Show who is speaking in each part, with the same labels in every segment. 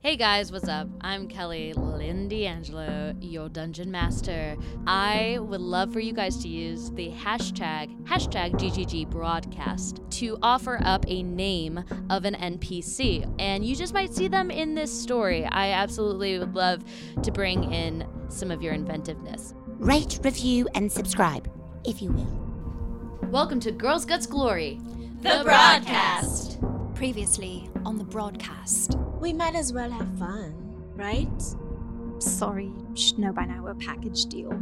Speaker 1: Hey guys, what's up? I'm Kelly Lynn D'Angelo, your dungeon master. I would love for you guys to use the hashtag hashtag GGG broadcast to offer up a name of an NPC, and you just might see them in this story. I absolutely would love to bring in some of your inventiveness.
Speaker 2: Rate, review, and subscribe, if you will.
Speaker 1: Welcome to Girls Guts Glory,
Speaker 3: The broadcast.
Speaker 4: Previously on the broadcast.
Speaker 3: We might as well have fun, right?
Speaker 4: Sorry, should know by now we're a package deal.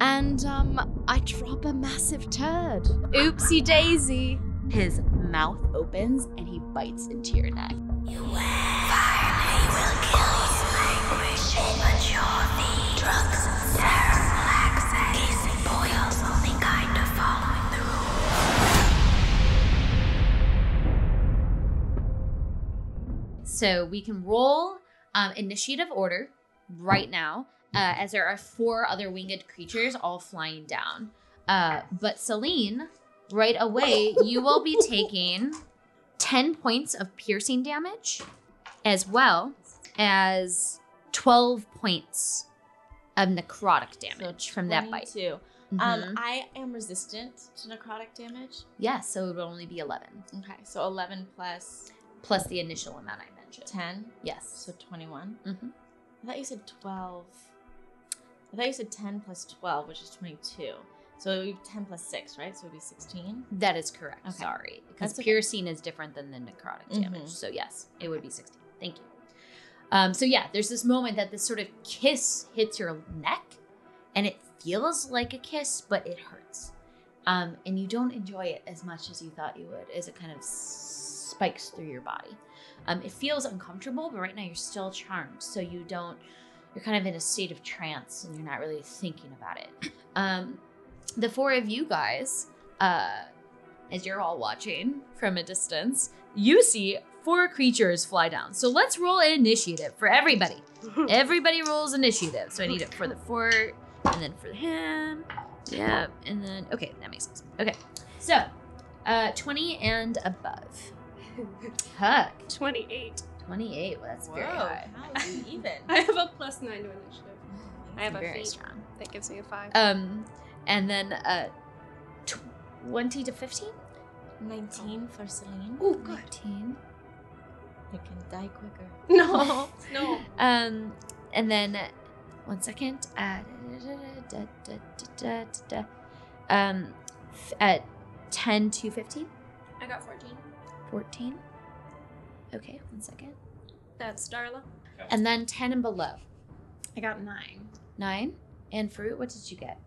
Speaker 1: and um, I drop a massive turd.
Speaker 4: Oopsie daisy.
Speaker 5: His mouth opens and he bites into your neck.
Speaker 1: So we can roll um, initiative order right now, uh, as there are four other winged creatures all flying down. Uh, but Celine, right away, you will be taking 10 points of piercing damage, as well as 12 points of necrotic damage from that bite.
Speaker 3: Too.
Speaker 1: Mhm.
Speaker 3: Um, I am resistant to necrotic damage.
Speaker 1: yeah, so it would only be 11,
Speaker 3: Okay, so 11 plus
Speaker 1: plus the initial amount I mentioned.
Speaker 3: 10,
Speaker 1: Yes.
Speaker 3: so 21.
Speaker 1: Mhm.
Speaker 3: I thought you said 12. I thought you said 10 plus 12, which is 22. So it would be 10 plus 6, right? So it would be 16.
Speaker 1: That is correct.
Speaker 3: Okay.
Speaker 1: Sorry. Because
Speaker 3: That's okay.
Speaker 1: piercing is different than the necrotic damage.
Speaker 3: Mhm.
Speaker 1: So, yes, it would be 16. Thank you. Um, so, yeah, there's this moment that this sort of kiss hits your neck and it feels like a kiss, but it hurts. Um, and you don't enjoy it as much as you thought you would as it kind of s- spikes through your body. Um, it feels uncomfortable, but right now you're still charmed. So, you don't, you're kind of in a state of trance and you're not really thinking about it. Um, the four of you guys, uh, as you're all watching from a distance, you see four creatures fly down. So let's roll an initiative for everybody. everybody rolls initiative. So I need it for the four, and then for him. Yeah, and then okay, that makes sense. Okay, so uh, twenty and above. Huck,
Speaker 6: 28.
Speaker 1: twenty-eight. Well, that's very high.
Speaker 3: how are we even?
Speaker 6: I have a plus 9 to initiative. I have a
Speaker 1: very
Speaker 6: feat.
Speaker 1: strong.
Speaker 6: That gives me a 5.
Speaker 3: Uh,
Speaker 1: Um, and then uh, twenty to fifteen.
Speaker 3: 19 for Celine.
Speaker 1: Oh, good. 19.
Speaker 3: You can die quicker.
Speaker 6: no, no.
Speaker 1: Um, and then one second. Uh, da, da, da, da, da, da, da, da. Um, f- at 10 to 15,
Speaker 6: I got 14.
Speaker 1: 14. Okay, one second.
Speaker 6: That's Darla.
Speaker 1: And then 10 and below.
Speaker 4: I got nine.
Speaker 1: Nine. And fruit, what did you get?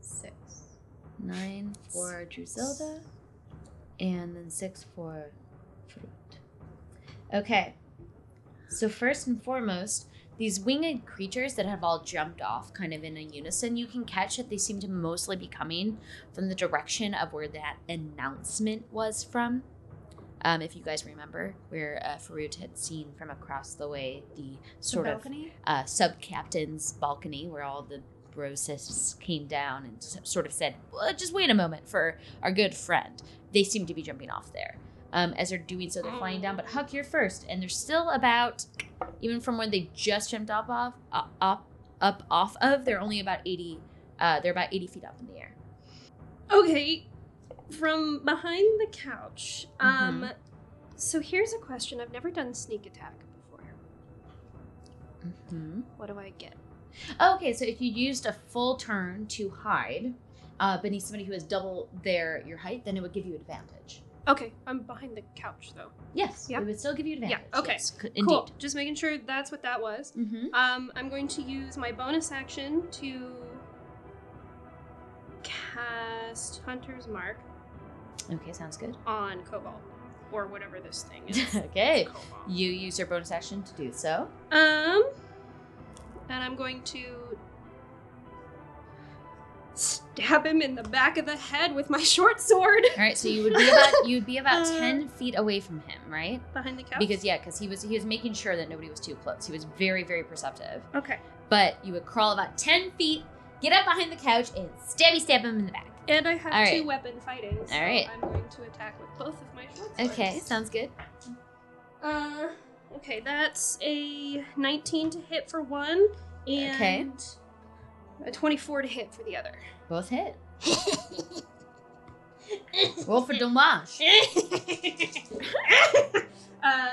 Speaker 4: Six.
Speaker 1: Nine for Drusilda, and then six for Fruit. Okay. So first and foremost, these winged creatures that have all jumped off kind of in a unison, you can catch that they seem to mostly be coming from the direction of where that announcement was from. Um, if you guys remember, where uh, Farut had seen from across the way the sort of uh, sub captain's balcony where all the brosists came down and s- sort of said, well, just wait a moment for our good friend. They seem to be jumping off there. Um, as they're doing so, they're flying down, but Huck, you're first. And they're still about, even from where they just jumped up off, uh, up, up off of, they're only about 80, uh, they're about 80 feet up in the air.
Speaker 6: Okay, from behind the couch.
Speaker 3: Mm-hmm.
Speaker 6: Um, so here's a question. I've never done sneak attack before.
Speaker 1: Mm-hmm.
Speaker 6: What do I get?
Speaker 1: Oh, Okay, so if you used a full turn to hide uh, beneath somebody who is double their your height, then it would give you advantage.
Speaker 6: Okay, I'm behind the couch though.
Speaker 1: Yes,
Speaker 6: Yeah.
Speaker 1: it would still give you advantage.
Speaker 6: okay.
Speaker 1: yes, c-
Speaker 6: Cool.
Speaker 1: indeed.
Speaker 6: Just making sure that's what that was.
Speaker 1: Mm-hmm.
Speaker 6: Um, I'm going to use my bonus action to cast Hunter's Mark
Speaker 1: Okay, sounds good.
Speaker 6: on Cobalt or whatever this thing is.
Speaker 1: okay,
Speaker 6: Cobalt.
Speaker 1: you use your bonus action to do so.
Speaker 6: Um, and I'm going to stab him in the back of the head with my short sword
Speaker 1: All right, so you would be about you'd be about
Speaker 6: Uh,
Speaker 1: ten feet away from him, right?
Speaker 6: behind the couch.
Speaker 1: Because yeah, because he was he was making sure that nobody was too close. He was very very perceptive.
Speaker 6: okay,
Speaker 1: But you would crawl about ten feet, get up behind the couch, and stabby stab him in the back.
Speaker 6: and I have
Speaker 1: All
Speaker 6: two
Speaker 1: right.
Speaker 6: weapon fighting. So
Speaker 1: All right.
Speaker 6: I'm going to attack with both of my short swords.
Speaker 1: Okay, sounds good.
Speaker 6: Uh, Okay, that's a 19 to hit for one and
Speaker 3: Okay.
Speaker 6: a 24 to hit for the other.
Speaker 3: Both hit. Roll for damage.
Speaker 6: Uh,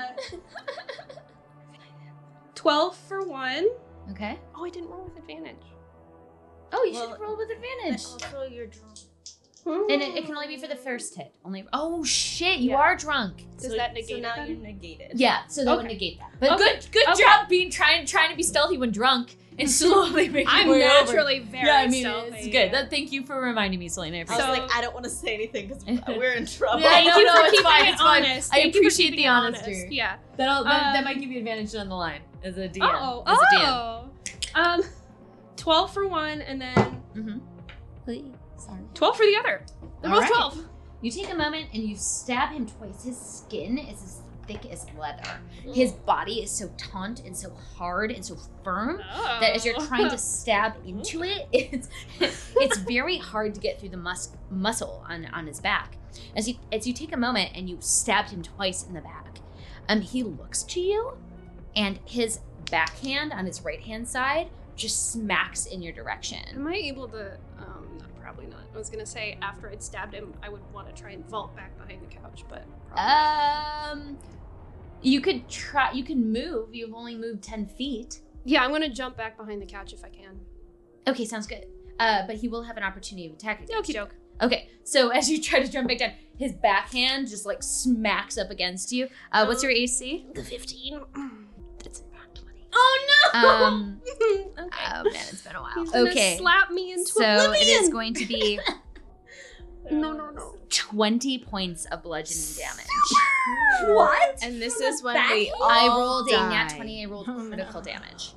Speaker 6: 12 for one.
Speaker 3: Okay.
Speaker 6: Oh, I didn't roll with advantage.
Speaker 3: Oh, you
Speaker 7: Well,
Speaker 3: should roll with advantage.
Speaker 7: also, you're drunk. Hmm.
Speaker 3: And it, it can only be for the first hit. Only. Oh shit! You
Speaker 6: Yeah.
Speaker 3: are drunk.
Speaker 6: Does that negate
Speaker 7: So
Speaker 6: it
Speaker 7: now
Speaker 6: then?
Speaker 7: you're negated.
Speaker 3: Yeah. So that would
Speaker 6: Okay.
Speaker 3: negate that. But
Speaker 6: Okay.
Speaker 3: good, good
Speaker 6: Okay.
Speaker 3: job being trying trying to be stealthy when drunk and slowly making
Speaker 6: I'm
Speaker 3: your way over.
Speaker 6: naturally very
Speaker 3: Yeah, I mean
Speaker 6: stealthy. Oh.
Speaker 3: it's good. That, thank you for reminding me, Selena. I
Speaker 7: I was
Speaker 3: appreciate
Speaker 6: So-
Speaker 7: like, I don't want to say anything because we're in trouble.
Speaker 3: Yeah,
Speaker 6: Thank
Speaker 3: no,
Speaker 6: you
Speaker 3: no,
Speaker 6: for
Speaker 3: it's
Speaker 6: keeping
Speaker 3: fine,
Speaker 6: it
Speaker 3: it's fine.
Speaker 6: honest.
Speaker 3: I
Speaker 6: Thank you for
Speaker 3: appreciate
Speaker 6: keeping
Speaker 3: the
Speaker 6: it honest.
Speaker 3: honesty.
Speaker 6: Yeah.
Speaker 3: it. That'll- that that
Speaker 6: Um,
Speaker 3: might give you advantage on the line as a DM.
Speaker 6: Oh,
Speaker 3: as a DM.
Speaker 6: oh. Um, 12 for one and then
Speaker 8: Please.
Speaker 6: 12 for the other. They're
Speaker 3: All
Speaker 6: both
Speaker 3: right.
Speaker 6: 12.
Speaker 3: You take a moment and you stab him twice. His skin is as thick as leather. His body is so taut and so hard and so firm that as you're trying to stab into it, it's
Speaker 6: Oh.
Speaker 3: it's very hard to get through the mus- muscle on, on his back. As you as you take a moment and you stabbed him twice in the back, um, he looks to you, and his backhand on his right hand side just smacks in your direction.
Speaker 6: Am I able to. Um, no, probably not. I was going to say after I'd stabbed him, I would want to try and vault back behind the couch, but. probably-
Speaker 3: Um, you could try. You can move. You've only moved ten feet.
Speaker 6: yeah, I'm going to jump back behind the couch if I can.
Speaker 3: Okay, sounds good. Uh, but he will have an opportunity of attack. against
Speaker 6: Okie
Speaker 3: you.
Speaker 6: doke.
Speaker 3: Okay, so as you try to jump back down, his backhand just like smacks up against you. Uh, what's your AC?
Speaker 6: The 15.
Speaker 2: mm,
Speaker 6: That's about 20.
Speaker 3: Oh no! Um,
Speaker 6: okay.
Speaker 3: oh man, it's been a while.
Speaker 6: He's gonna
Speaker 3: okay,
Speaker 6: slap me into
Speaker 3: so
Speaker 6: oblivion.
Speaker 3: it is going to be
Speaker 6: No, no, no.
Speaker 3: twenty points of bludgeoning damage.
Speaker 1: What?
Speaker 7: And this is when we all
Speaker 3: I rolled a nat
Speaker 7: die.
Speaker 3: twenty. I rolled
Speaker 6: Oh,
Speaker 3: critical damage.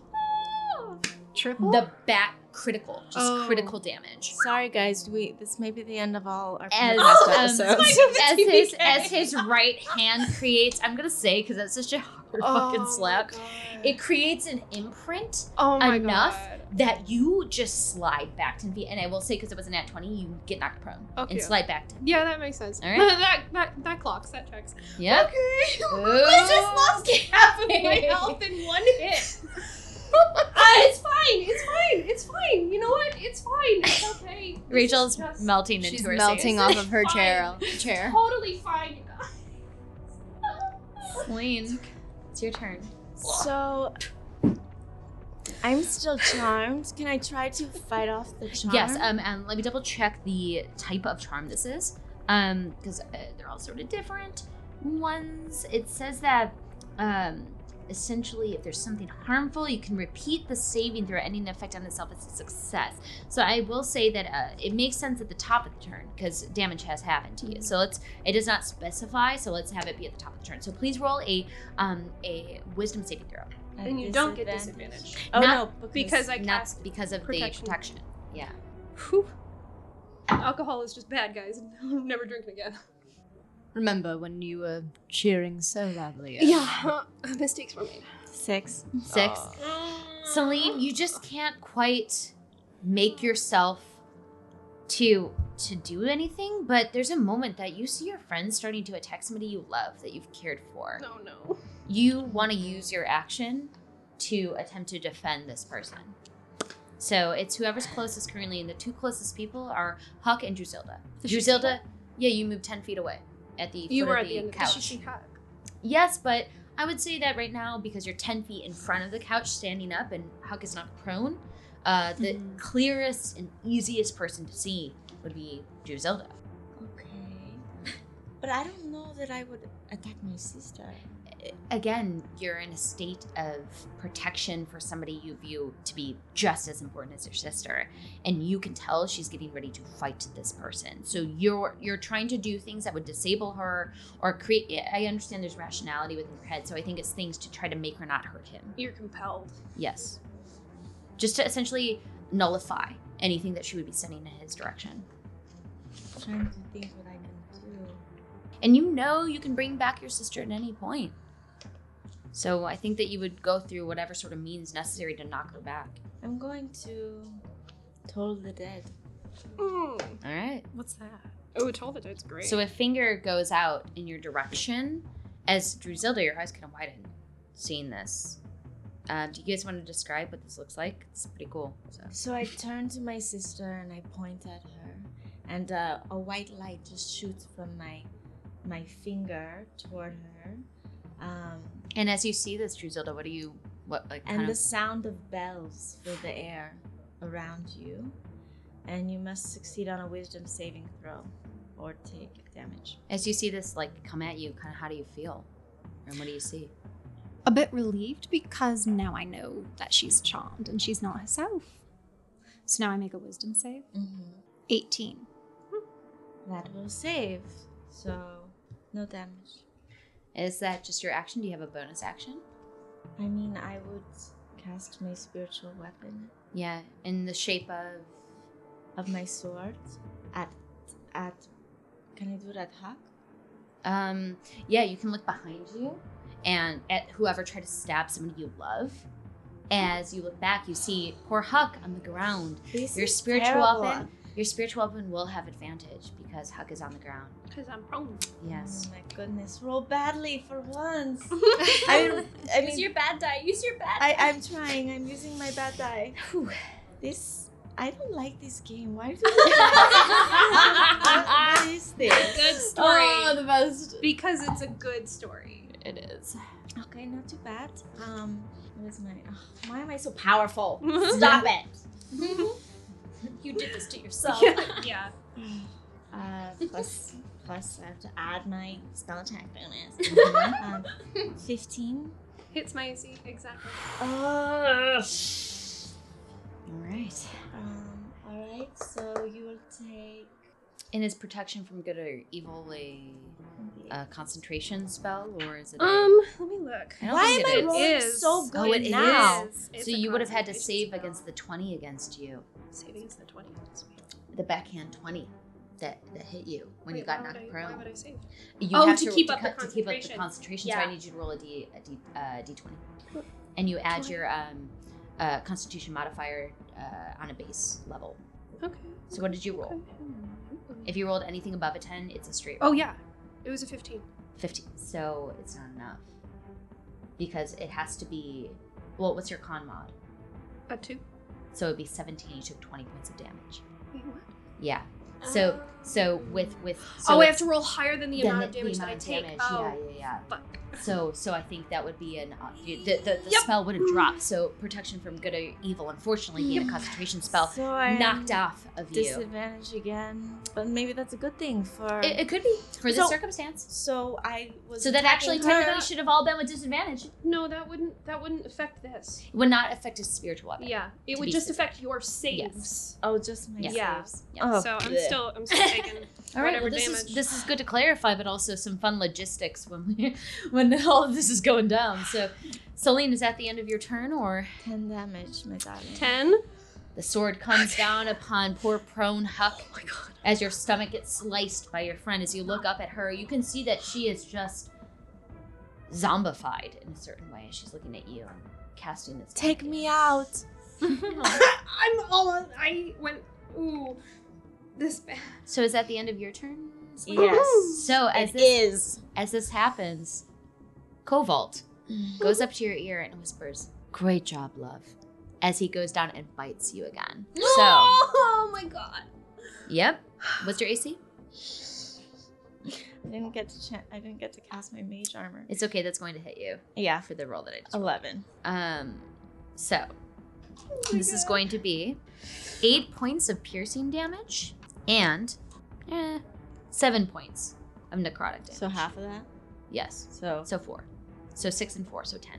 Speaker 9: Triple.
Speaker 3: The back critical, just
Speaker 6: Oh.
Speaker 3: critical damage.
Speaker 7: Sorry, guys. We this may be the end of all our
Speaker 3: As,
Speaker 6: Oh,
Speaker 7: podcast
Speaker 3: um,
Speaker 7: episodes.
Speaker 3: as his as his right hand creates, I'm gonna say because that's such a hard fucking slap. It creates an imprint
Speaker 6: oh my
Speaker 3: enough
Speaker 6: God.
Speaker 3: that you just slide back ten feet. And I will say, because it was a nat twenty, you get knocked prone
Speaker 6: Okay.
Speaker 3: and slide back. 10.
Speaker 6: Yeah, that makes sense.
Speaker 3: All right.
Speaker 6: that, that that clocks. That checks.
Speaker 3: Yep.
Speaker 6: Okay.
Speaker 3: I
Speaker 6: just lost
Speaker 3: half
Speaker 6: My health in one hit. Ah, it's fine. It's fine. It's fine. You know what? It's fine. It's okay. This
Speaker 3: Rachel's
Speaker 6: is just
Speaker 3: melting into
Speaker 1: She's
Speaker 3: her
Speaker 1: melting
Speaker 3: seat.
Speaker 1: off of her chair. Chair.
Speaker 6: Totally fine. you guys.
Speaker 3: Celine, it's your turn.
Speaker 7: So I'm still charmed. Can I try to fight off the charm?
Speaker 3: Yes. Um. And let me double check the type of charm this is. Um. Because uh, they're all sort of different ones. It says that. Um. Essentially, if there's something harmful, you can repeat the saving throw, ending the effect on itself as a success. So I will say that uh, it makes sense at the top of the turn because damage has happened to you. So let's. It does not specify, so let's have it be at the top of the turn. So please roll a um a wisdom saving throw.
Speaker 6: And you don't get disadvantage
Speaker 7: Oh
Speaker 3: Not-
Speaker 7: no,
Speaker 6: because I
Speaker 3: not
Speaker 6: cast
Speaker 3: because of
Speaker 6: protection.
Speaker 3: the protection. Yeah.
Speaker 6: Whew. Alcohol is just bad, guys. I'm never drinking again.
Speaker 1: Remember when you were cheering so loudly?
Speaker 6: Yeah, mistakes were made.
Speaker 7: six.
Speaker 3: Six.
Speaker 10: Mm.
Speaker 3: Celine, you just can't quite make yourself to to do anything, but there's a moment that you see your friends starting to attack somebody you love that you've cared for.
Speaker 6: No, no.
Speaker 3: You want to use your action to attempt to defend this person. So it's whoever's closest currently, and the two closest people are Huck and Drusilla. Drusilla, yeah, you moved ten feet away at the
Speaker 6: You
Speaker 3: foot
Speaker 6: were
Speaker 3: of
Speaker 6: at the end of the
Speaker 3: couch.
Speaker 6: Shishi Hut.
Speaker 3: Yes, but I would say that right now because you're 10 feet in front of the couch standing up and Huck is not prone, uh, the
Speaker 7: Mhm.
Speaker 3: clearest and easiest person to see would be Drusilla.
Speaker 7: Okay. But I don't know that I would attack my sister.
Speaker 3: Again, you're in a state of protection for somebody you view to be just as important as your sister, and you can tell she's getting ready to fight this person. So you're you're trying to do things that would disable her or create. I understand there's rationality within your head, so I think it's things to try to make her not hurt him.
Speaker 6: You're compelled.
Speaker 3: Yes. Just to essentially nullify anything that she would be sending in his direction.
Speaker 7: I'm trying to think what I can do.
Speaker 3: And you know you can bring back your sister at any point. So I think that you would go through whatever sort of means necessary to knock her back.
Speaker 7: I'm going to toll the dead.
Speaker 6: Mm.
Speaker 3: All right.
Speaker 6: What's that? Oh, Toll the Dead's great.
Speaker 3: So a finger goes out in your direction as Drusilla, your eyes kind of widen. seen this. Uh, do you guys want to describe what this looks like? It's pretty cool. So.
Speaker 7: So I turn to my sister and I point at her, and uh, a white light just shoots from my my finger toward her, um,
Speaker 3: And as you see this, Drusilla, what do you what like?
Speaker 7: and
Speaker 3: kind
Speaker 7: the
Speaker 3: of-
Speaker 7: sound of bells fill the air around you, and you must succeed on a wisdom saving throw or take damage.
Speaker 3: as you see this like come at you, kind of how do you feel? And what do you see?
Speaker 10: A bit relieved because now I know that she's charmed and she's not herself. So now I make a wisdom save.
Speaker 7: Mm-hmm.
Speaker 10: 18.
Speaker 7: That will save, so no damage.
Speaker 3: Is that just your action? Do you have a bonus action?
Speaker 7: I mean, I would cast my spiritual weapon
Speaker 3: Yeah, in the shape of
Speaker 7: of my sword at at. Can I do that hack?
Speaker 3: um yeah, you can look behind you and at whoever tried to stab somebody you love. As you look back, you see poor Huck on the ground.
Speaker 7: This
Speaker 3: Your
Speaker 7: is
Speaker 3: spiritual
Speaker 7: terrible.
Speaker 3: weapon, your spiritual weapon will have advantage because Huck is on the ground.
Speaker 11: Because I'm prone.
Speaker 3: Yes.
Speaker 7: Oh my goodness, roll badly for once. I
Speaker 11: I
Speaker 7: mean, I mean,
Speaker 11: use your bad die. Use your bad.
Speaker 7: I, I'm trying. I'm using my bad die. This I don't like this game. Why do I what is this?
Speaker 11: Good story.
Speaker 7: Oh, the best.
Speaker 11: because it's a good story.
Speaker 3: It is.
Speaker 7: Okay, not too bad. Um, what is my? Oh, why am I so powerful?
Speaker 11: Stop
Speaker 7: Stop it.
Speaker 3: You did this to yourself.
Speaker 11: yeah.
Speaker 7: Uh, plus, plus, I have to add my spell attack bonus. um, Fifteen.
Speaker 11: Hits my AC exactly.
Speaker 3: All right.
Speaker 7: Um, all right. So you will take.
Speaker 3: And is protection from good or evil a, a concentration spell, or is it? a-
Speaker 11: Um, let me look.
Speaker 3: I don't
Speaker 7: Why
Speaker 3: think
Speaker 7: am
Speaker 3: it
Speaker 7: I
Speaker 3: is.
Speaker 7: rolling
Speaker 11: Is.
Speaker 7: so good
Speaker 3: Oh, it
Speaker 7: now?
Speaker 11: Is. It's
Speaker 3: So
Speaker 11: a
Speaker 3: you would have had to
Speaker 11: concentration
Speaker 3: save
Speaker 11: spell.
Speaker 3: against the twenty against you,
Speaker 11: Saving is the twenty. That's weird.
Speaker 3: the backhand twenty that, that hit you when you
Speaker 11: Wait,
Speaker 3: got
Speaker 11: why would
Speaker 3: knocked
Speaker 11: I- Why
Speaker 3: prone.
Speaker 11: would I save?
Speaker 3: You
Speaker 11: Oh,
Speaker 3: have
Speaker 11: to
Speaker 3: to,
Speaker 11: keep
Speaker 3: to
Speaker 11: up the
Speaker 3: cut- to keep up the
Speaker 11: concentration.
Speaker 3: concentration. So
Speaker 7: Yeah.
Speaker 3: I need you to roll a d a d uh, d twenty, and you add your um, uh, Constitution modifier uh, on a base level.
Speaker 11: Okay.
Speaker 3: So what did you roll?
Speaker 11: Okay.
Speaker 3: If you rolled anything above a ten, it's a straight. roll.
Speaker 11: Oh yeah, it was a fifteen.
Speaker 3: 15. So it's not enough. Because it has to be. Well, what's your con mod?
Speaker 11: A two.
Speaker 3: So it'd be 17. You took 20 points of damage.
Speaker 11: Wait, what?
Speaker 3: Yeah. So, so with. with so
Speaker 11: oh, I have
Speaker 3: it's-
Speaker 11: to roll higher than the
Speaker 3: then
Speaker 11: amount
Speaker 3: the-
Speaker 11: of
Speaker 3: the
Speaker 11: damage
Speaker 3: amount
Speaker 11: that I take.
Speaker 3: damage.
Speaker 11: Oh,
Speaker 3: Yeah, yeah,
Speaker 11: fuck.
Speaker 3: yeah. So, so I think that would be an. odd- The, the, the
Speaker 11: Yep.
Speaker 3: spell would have dropped. So protection from good or evil, unfortunately, being a concentration spell,
Speaker 7: So I'm
Speaker 3: knocked off of you.
Speaker 7: Disadvantage again, but maybe that's a good thing for.
Speaker 3: It, it could be for this
Speaker 7: So-
Speaker 3: circumstance.
Speaker 7: so I was.
Speaker 3: So that
Speaker 7: attacking
Speaker 3: actually
Speaker 7: her.
Speaker 3: technically should have all been with disadvantage. It
Speaker 11: No, that wouldn't. That wouldn't affect this.
Speaker 3: would not affect his spiritual weapon.
Speaker 11: Yeah, it
Speaker 3: To
Speaker 11: would
Speaker 3: be
Speaker 11: just
Speaker 3: specific.
Speaker 11: affect your saves.
Speaker 7: Oh, just my
Speaker 3: Yes.
Speaker 11: Yeah.
Speaker 7: saves.
Speaker 3: Yeah.
Speaker 7: Oh,
Speaker 11: so I'm
Speaker 7: bleh.
Speaker 11: still. I'm still taking.
Speaker 3: All right.
Speaker 11: whatever
Speaker 3: Well, this
Speaker 11: damage.
Speaker 3: is this is good to clarify, but also some fun logistics when we, when all of this is going down. So, Celine, is that the end of your turn, or
Speaker 7: ten damage, my darling.
Speaker 11: Ten.
Speaker 3: the sword comes down upon poor prone Huck
Speaker 7: Oh
Speaker 3: as your stomach gets sliced by your friend? As you look up at her, you can see that she is just zombified in a certain way. She's looking at you and casting this.
Speaker 7: Take me out.
Speaker 11: I'm almost. I went. Ooh, this bad.
Speaker 3: So, is that the end of your turn? Celine?
Speaker 7: Yes.
Speaker 3: So as
Speaker 7: It
Speaker 3: this
Speaker 7: is.
Speaker 3: as this happens, Kovolt
Speaker 7: Mm-hmm.
Speaker 3: goes up to your ear and whispers, Great job, love. As he goes down and bites you again. So,
Speaker 11: Oh my god.
Speaker 3: yep. What's your AC?
Speaker 7: I didn't get to. Cha- I didn't get to cast my mage armor.
Speaker 3: It's okay, that's going to hit you
Speaker 7: Yeah,
Speaker 3: for the roll that I
Speaker 7: Oh.
Speaker 3: just rolled.
Speaker 7: eleven.
Speaker 3: Um, so,
Speaker 7: Oh
Speaker 6: Oh
Speaker 3: this is going to be eight points of piercing damage and eh, seven points of necrotic damage.
Speaker 7: So half of that.
Speaker 3: Yes.
Speaker 7: So
Speaker 3: So four. So six and four, so ten.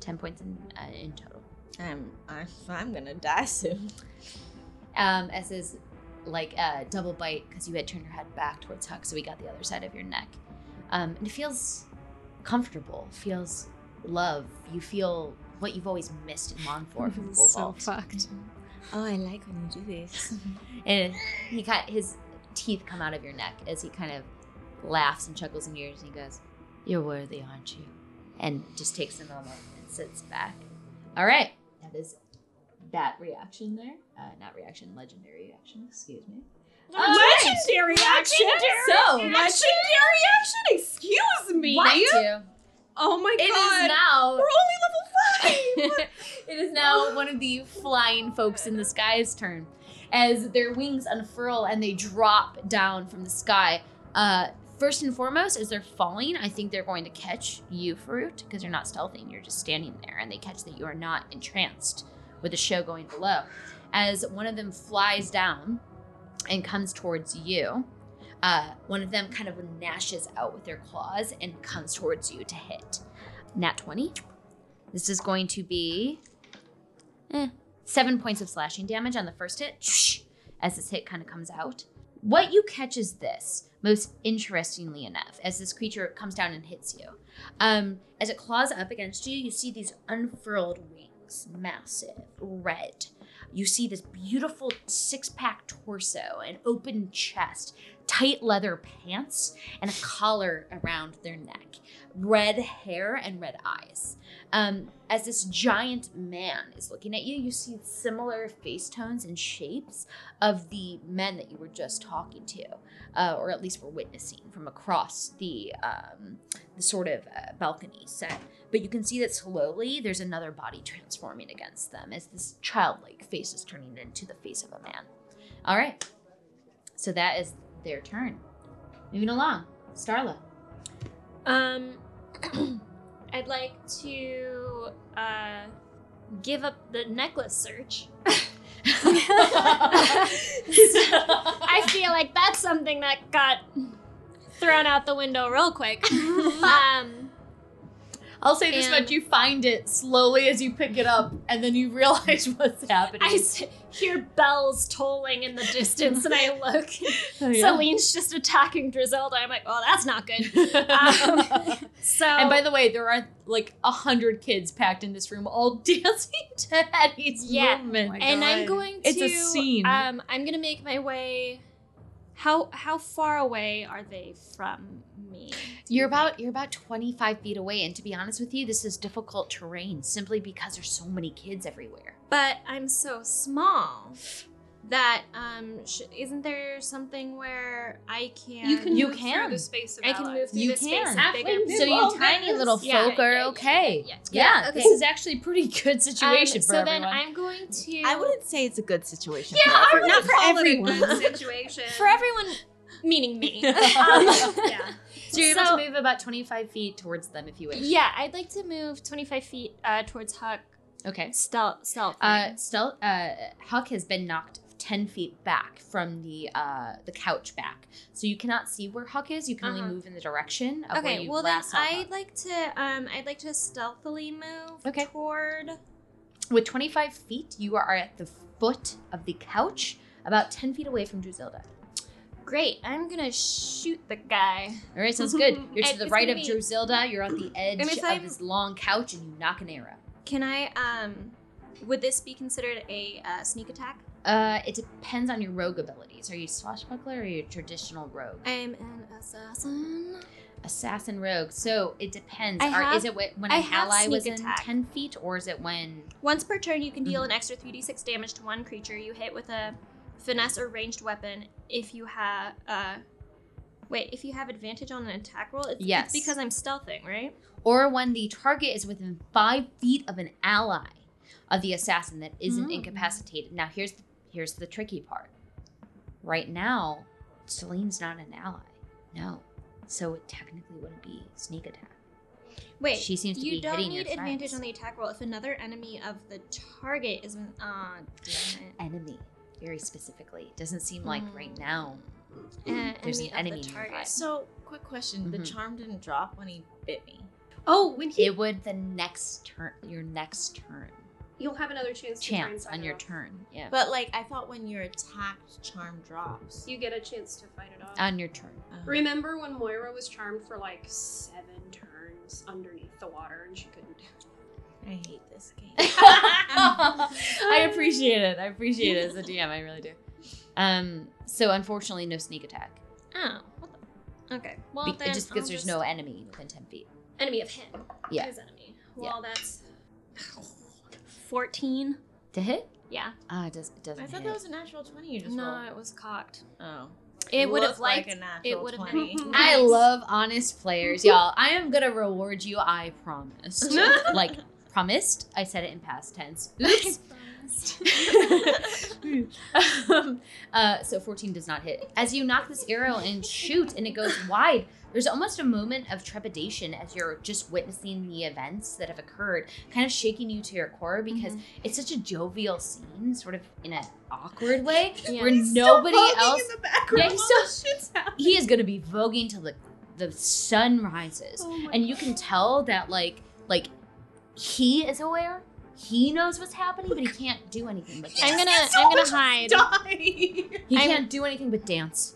Speaker 3: Ten points in, uh, in total.
Speaker 7: I'm. I'm. I'm gonna die soon.
Speaker 3: um, as his like uh, double bite because you had turned your head back towards Huck, so he got the other side of your neck. Um, and it feels comfortable, feels love. You feel what you've always missed in law enforcement.
Speaker 10: This is so
Speaker 3: Cobalt.
Speaker 10: fucked.
Speaker 7: Oh, I like when you do this.
Speaker 3: and he got his teeth come out of your neck as he kind of laughs and chuckles in your ears and he goes, "You're worthy, aren't you?" And just takes a moment and sits back. All right, that is that reaction there. Uh, not reaction, legendary reaction. Excuse me.
Speaker 11: Uh, Legendary action.
Speaker 3: So
Speaker 11: Legendary action. Excuse me.
Speaker 3: Why do?
Speaker 11: Oh my
Speaker 3: It is
Speaker 11: god.
Speaker 3: now.
Speaker 11: We're only level five.
Speaker 3: it is now one of the flying folks in the sky's turn as their wings unfurl and they drop down from the sky. Uh, first and foremost, as they're falling, I think they're going to catch you, Fruit, because you're not stealthing. You're just standing there, and they catch that you are not entranced with the show going below. As one of them flies down and comes towards you, uh, one of them kind of gnashes out with their claws and comes towards you to hit. Nat 20. This is going to be eh, seven points of slashing damage on the first hit. As this hit kind of comes out, what you catch is this. Most interestingly enough, as this creature comes down and hits you, um, as it claws up against you, you see these unfurled wings, massive, red. You see this beautiful six-pack torso, an open chest, tight leather pants, and a collar around their neck, red hair and red eyes. Um, as this giant man is looking at you, you see similar face tones and shapes of the men that you were just talking to, uh, or at least were witnessing from across the, um, the sort of uh, balcony set. But you can see that slowly there's another body transforming against them as this childlike face is turning into the face of a man. All right. So that is their turn. Moving along, Starla.
Speaker 11: Um, I'd like to uh, give up the necklace search. I feel like that's something that got thrown out the window real quick. um,
Speaker 3: I'll say this
Speaker 11: And-
Speaker 3: much: you find it slowly as you pick it up, and then you realize what's happening.
Speaker 11: I s- hear bells tolling in the distance, and I look.
Speaker 3: Oh, yeah.
Speaker 11: Celine's just attacking Griselda. I'm like, oh, that's not good. Um, So,
Speaker 3: and by the way, there are like a hundred kids packed in this room, all dancing to Eddie's
Speaker 11: Yeah.
Speaker 3: movement.
Speaker 11: and I'm going to.
Speaker 3: It's a scene.
Speaker 11: Um, I'm gonna make my way. How how far away are they from me?
Speaker 3: You're about you're about 25 feet away, and to be honest with you, this is difficult terrain simply because there's so many kids everywhere.
Speaker 11: But I'm so small that um, sh- isn't there something where I can? Um,
Speaker 3: You
Speaker 6: move
Speaker 3: can.
Speaker 6: through the space of
Speaker 11: I can
Speaker 6: allies.
Speaker 11: move through
Speaker 3: You
Speaker 11: the space.
Speaker 3: can.
Speaker 11: of
Speaker 6: Halfway
Speaker 11: bigger
Speaker 6: move
Speaker 11: people.
Speaker 3: So you
Speaker 6: Oh,
Speaker 3: tiny
Speaker 6: goodness.
Speaker 3: little folk
Speaker 11: Yeah,
Speaker 3: are
Speaker 11: yeah, yeah,
Speaker 3: okay.
Speaker 11: yeah,
Speaker 3: Yeah,
Speaker 11: yeah,
Speaker 3: this
Speaker 11: okay.
Speaker 3: is actually pretty good
Speaker 11: Um,
Speaker 3: situation for
Speaker 11: so then
Speaker 3: everyone.
Speaker 11: I'm going to.
Speaker 1: I wouldn't say it's a good situation.
Speaker 11: Yeah,
Speaker 1: for
Speaker 11: I
Speaker 1: everyone.
Speaker 6: Not for
Speaker 1: Call it a
Speaker 6: everyone.
Speaker 1: good situation.
Speaker 6: situation.
Speaker 11: for everyone, meaning me. um,
Speaker 6: yeah.
Speaker 3: so you're able
Speaker 11: so-
Speaker 3: to move about 25 feet towards them if you wish.
Speaker 11: Yeah, I'd like to move 25 feet uh, towards Huck.
Speaker 3: Okay.
Speaker 11: Stealth. stealth
Speaker 3: Uh,
Speaker 11: right?
Speaker 3: Stel- uh, Huck has been knocked ten feet back from the uh, the couch back, so you cannot see where Huck is. You can
Speaker 11: Uh-huh.
Speaker 3: only move in the direction of where
Speaker 11: Okay,
Speaker 3: you
Speaker 11: well then
Speaker 3: last saw
Speaker 11: I'd
Speaker 3: Huck.
Speaker 11: like to um I'd like to stealthily move
Speaker 3: Okay.
Speaker 11: toward
Speaker 3: With twenty five feet, you are at the foot of the couch, about ten feet away from Drusilla.
Speaker 11: Great, I'm gonna shoot the guy.
Speaker 3: All right, sounds good. You're to
Speaker 11: And
Speaker 3: the
Speaker 11: it's
Speaker 3: right of
Speaker 11: gonna be-
Speaker 3: Drusilda. You're at the edge
Speaker 11: if
Speaker 3: of
Speaker 11: I'm-
Speaker 3: this long couch, and you knock an arrow.
Speaker 11: Can I um would this be considered a uh, sneak attack?
Speaker 3: Uh, it depends on your rogue abilities. Are you swashbuckler or are you a traditional rogue?
Speaker 11: I'm an assassin.
Speaker 3: Assassin rogue. So it depends.
Speaker 11: I
Speaker 3: Are-
Speaker 11: have-
Speaker 3: is it wh- when
Speaker 11: I
Speaker 3: an
Speaker 11: have
Speaker 3: ally was
Speaker 11: sneak
Speaker 3: in
Speaker 11: attack.
Speaker 3: ten feet, or is it when?
Speaker 11: Once per turn you can deal
Speaker 3: Mm-hmm.
Speaker 11: an extra 3d6 damage to one creature you hit with a finesse or ranged weapon if you have uh wait, if you have advantage on an attack roll. It's, it's
Speaker 3: Yes.
Speaker 11: because I'm stealthing, right?
Speaker 3: or when the target is within five feet of an ally of the assassin that isn't
Speaker 10: Mm.
Speaker 3: incapacitated. Now here's here's the tricky part. Right now, Celine's not an ally. No, so it technically wouldn't be sneak attack.
Speaker 11: Wait.
Speaker 3: she seems to
Speaker 11: you
Speaker 3: be
Speaker 11: don't
Speaker 3: hitting
Speaker 11: need
Speaker 3: your
Speaker 11: advantage
Speaker 3: friends.
Speaker 11: on the attack roll if another enemy of the target is. When, aw, damn
Speaker 3: enemy very specifically. It doesn't seem like right
Speaker 11: Mm.
Speaker 3: now.
Speaker 11: it. Uh,
Speaker 3: Mm, There's an enemy
Speaker 11: of the
Speaker 3: nearby.
Speaker 11: target.
Speaker 1: So, quick question: The
Speaker 11: Mm-hmm.
Speaker 3: Mhm.
Speaker 1: charm didn't drop when he bit me.
Speaker 6: Oh, when he,
Speaker 3: It would the next turn, your next turn,
Speaker 6: you'll have another chance. to find
Speaker 3: chance on your
Speaker 6: Cyril.
Speaker 3: turn, yeah,
Speaker 1: But like, I thought when you're attacked, charm drops.
Speaker 6: You get a chance to fight it off.
Speaker 3: on your turn.
Speaker 1: Oh.
Speaker 6: Remember when Moira was charmed for like seven turns underneath the water and she couldn't?
Speaker 1: I hate this game.
Speaker 3: I appreciate it. I appreciate it as a DM. I really do. Um, so unfortunately, no sneak attack.
Speaker 11: Oh. What the? Okay. Well,
Speaker 3: Be-
Speaker 11: then
Speaker 3: just because
Speaker 11: I'll
Speaker 3: there's no enemy within ten feet.
Speaker 11: enemy of him.
Speaker 3: Yeah.
Speaker 11: His enemy. Well, that's fourteen.
Speaker 3: To hit?
Speaker 11: Yeah.
Speaker 3: Ah, it does it doesn't
Speaker 1: I thought
Speaker 3: hit.
Speaker 1: that was a natural twenty. You just
Speaker 11: No,
Speaker 1: rolled.
Speaker 11: it was cocked.
Speaker 1: Oh,
Speaker 11: It would have
Speaker 7: looked like
Speaker 11: liked.
Speaker 7: a natural
Speaker 11: it would have
Speaker 7: 20.
Speaker 11: been.
Speaker 3: I love honest players, y'all. I am gonna reward you. I promised. like promised. I said it in past tense. Oops. um, uh, so 14 does not hit. As you knock this arrow and shoot, and it goes wide, there's almost a moment of trepidation as you're just witnessing the events that have occurred, kind of shaking you to your core because it's such a jovial scene, sort of in an awkward way,
Speaker 11: Yeah.
Speaker 3: where nobody
Speaker 6: Poking
Speaker 3: else
Speaker 6: in the background.
Speaker 3: Yeah, he's
Speaker 6: while this shit's happening.
Speaker 3: he is going to be voguing till the the sun rises
Speaker 6: Oh my
Speaker 3: and you can tell that like like he is aware he knows what's happening but he can't do anything but
Speaker 11: I'm
Speaker 3: dance.
Speaker 11: gonna.
Speaker 6: It's so
Speaker 11: I'm gonna
Speaker 6: much
Speaker 11: hide.
Speaker 6: die.
Speaker 3: he
Speaker 11: I'm-
Speaker 3: can't do anything but dance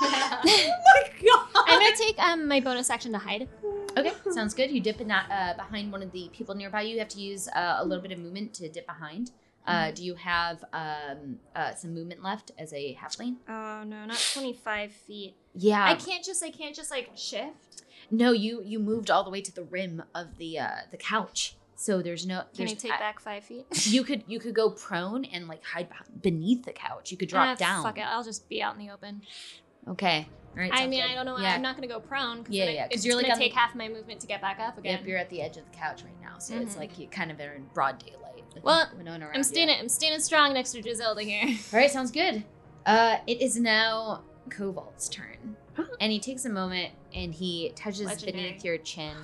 Speaker 6: oh my god.
Speaker 11: I'm gonna take um my bonus action to hide.
Speaker 3: okay sounds good you dip in that uh, behind one of the people nearby you have to use uh, a little bit of movement to dip behind uh, do you have um, uh, some movement left as a halfling?
Speaker 11: Oh no, not 25 feet.
Speaker 3: Yeah,
Speaker 11: I can't just. I can't just like shift.
Speaker 3: no, you you moved all the way to the rim of the uh, the couch, so there's no.
Speaker 11: Can I
Speaker 3: there's-
Speaker 11: take back five feet?
Speaker 3: you could you could go prone and like hide beh- beneath the couch. You could drop
Speaker 11: Ah,
Speaker 3: down.
Speaker 11: Fuck it. I'll just be out in the open.
Speaker 3: Okay. All right.
Speaker 11: I
Speaker 3: sounds
Speaker 11: mean,
Speaker 3: good.
Speaker 11: I don't know.
Speaker 3: Yeah.
Speaker 11: I'm not gonna go prone. Cause
Speaker 3: Yeah,
Speaker 11: then I-
Speaker 3: yeah, 'cause
Speaker 11: It's
Speaker 3: you're,
Speaker 11: you're
Speaker 3: like,
Speaker 11: gonna
Speaker 3: on-
Speaker 11: take half my movement to get back up again.
Speaker 3: Yep, you're at the edge of the couch right now, so it's
Speaker 11: Mhm.
Speaker 3: like you kind of are in broad daylight. There's
Speaker 11: Well,
Speaker 3: no one around
Speaker 11: I'm standing. I'm standing strong next to Griselda here.
Speaker 3: All right, sounds good. Uh, it is now Koval's turn, and he takes a moment and he touches
Speaker 11: Legendary.
Speaker 3: beneath your chin.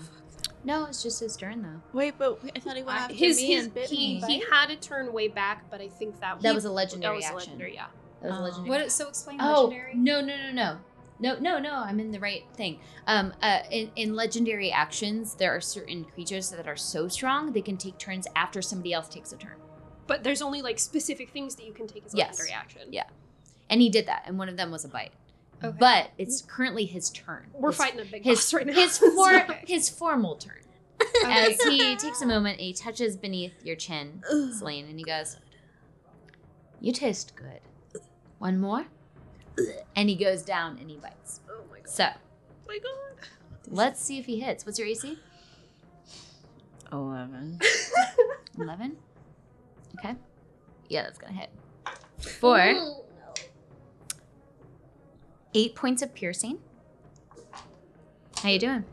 Speaker 3: No, it's just his turn though.
Speaker 7: Wait, but I thought
Speaker 1: Uh,
Speaker 7: he went after
Speaker 6: his
Speaker 7: me
Speaker 6: his
Speaker 7: and bit
Speaker 6: he,
Speaker 7: me.
Speaker 6: he had a turn way back, but I think that
Speaker 3: That
Speaker 6: he-
Speaker 3: was a
Speaker 6: that
Speaker 3: legendary
Speaker 6: was a
Speaker 3: action.
Speaker 6: legendary. Um, Yeah.
Speaker 3: That was a
Speaker 7: Oh.
Speaker 3: legendary.
Speaker 7: What
Speaker 6: So explain
Speaker 3: Oh no no no no no no no! I'm in the right thing. Um, uh, in, in legendary actions, there are certain creatures that are so strong they can take turns after somebody else takes a turn.
Speaker 6: But there's only like specific things that you can take as a
Speaker 3: Yes.
Speaker 6: legendary action.
Speaker 3: Yeah. And he did that, and one of them was a bite.
Speaker 6: Okay.
Speaker 3: But it's currently his turn.
Speaker 6: We're
Speaker 3: his,
Speaker 6: fighting a big
Speaker 3: his
Speaker 6: boss right now.
Speaker 3: his for, his formal turn.
Speaker 6: Okay.
Speaker 3: As he takes a moment, he touches beneath your chin, Selene, and he goes, "You taste good. One more." And he goes down and he bites.
Speaker 6: oh my god.
Speaker 3: So
Speaker 6: my god.
Speaker 3: let's see if he hits. What's your AC?
Speaker 7: 11.
Speaker 3: 11. Okay. Yeah, that's going to hit.
Speaker 6: Oh,
Speaker 3: Four. Eight points of piercing. How you doing?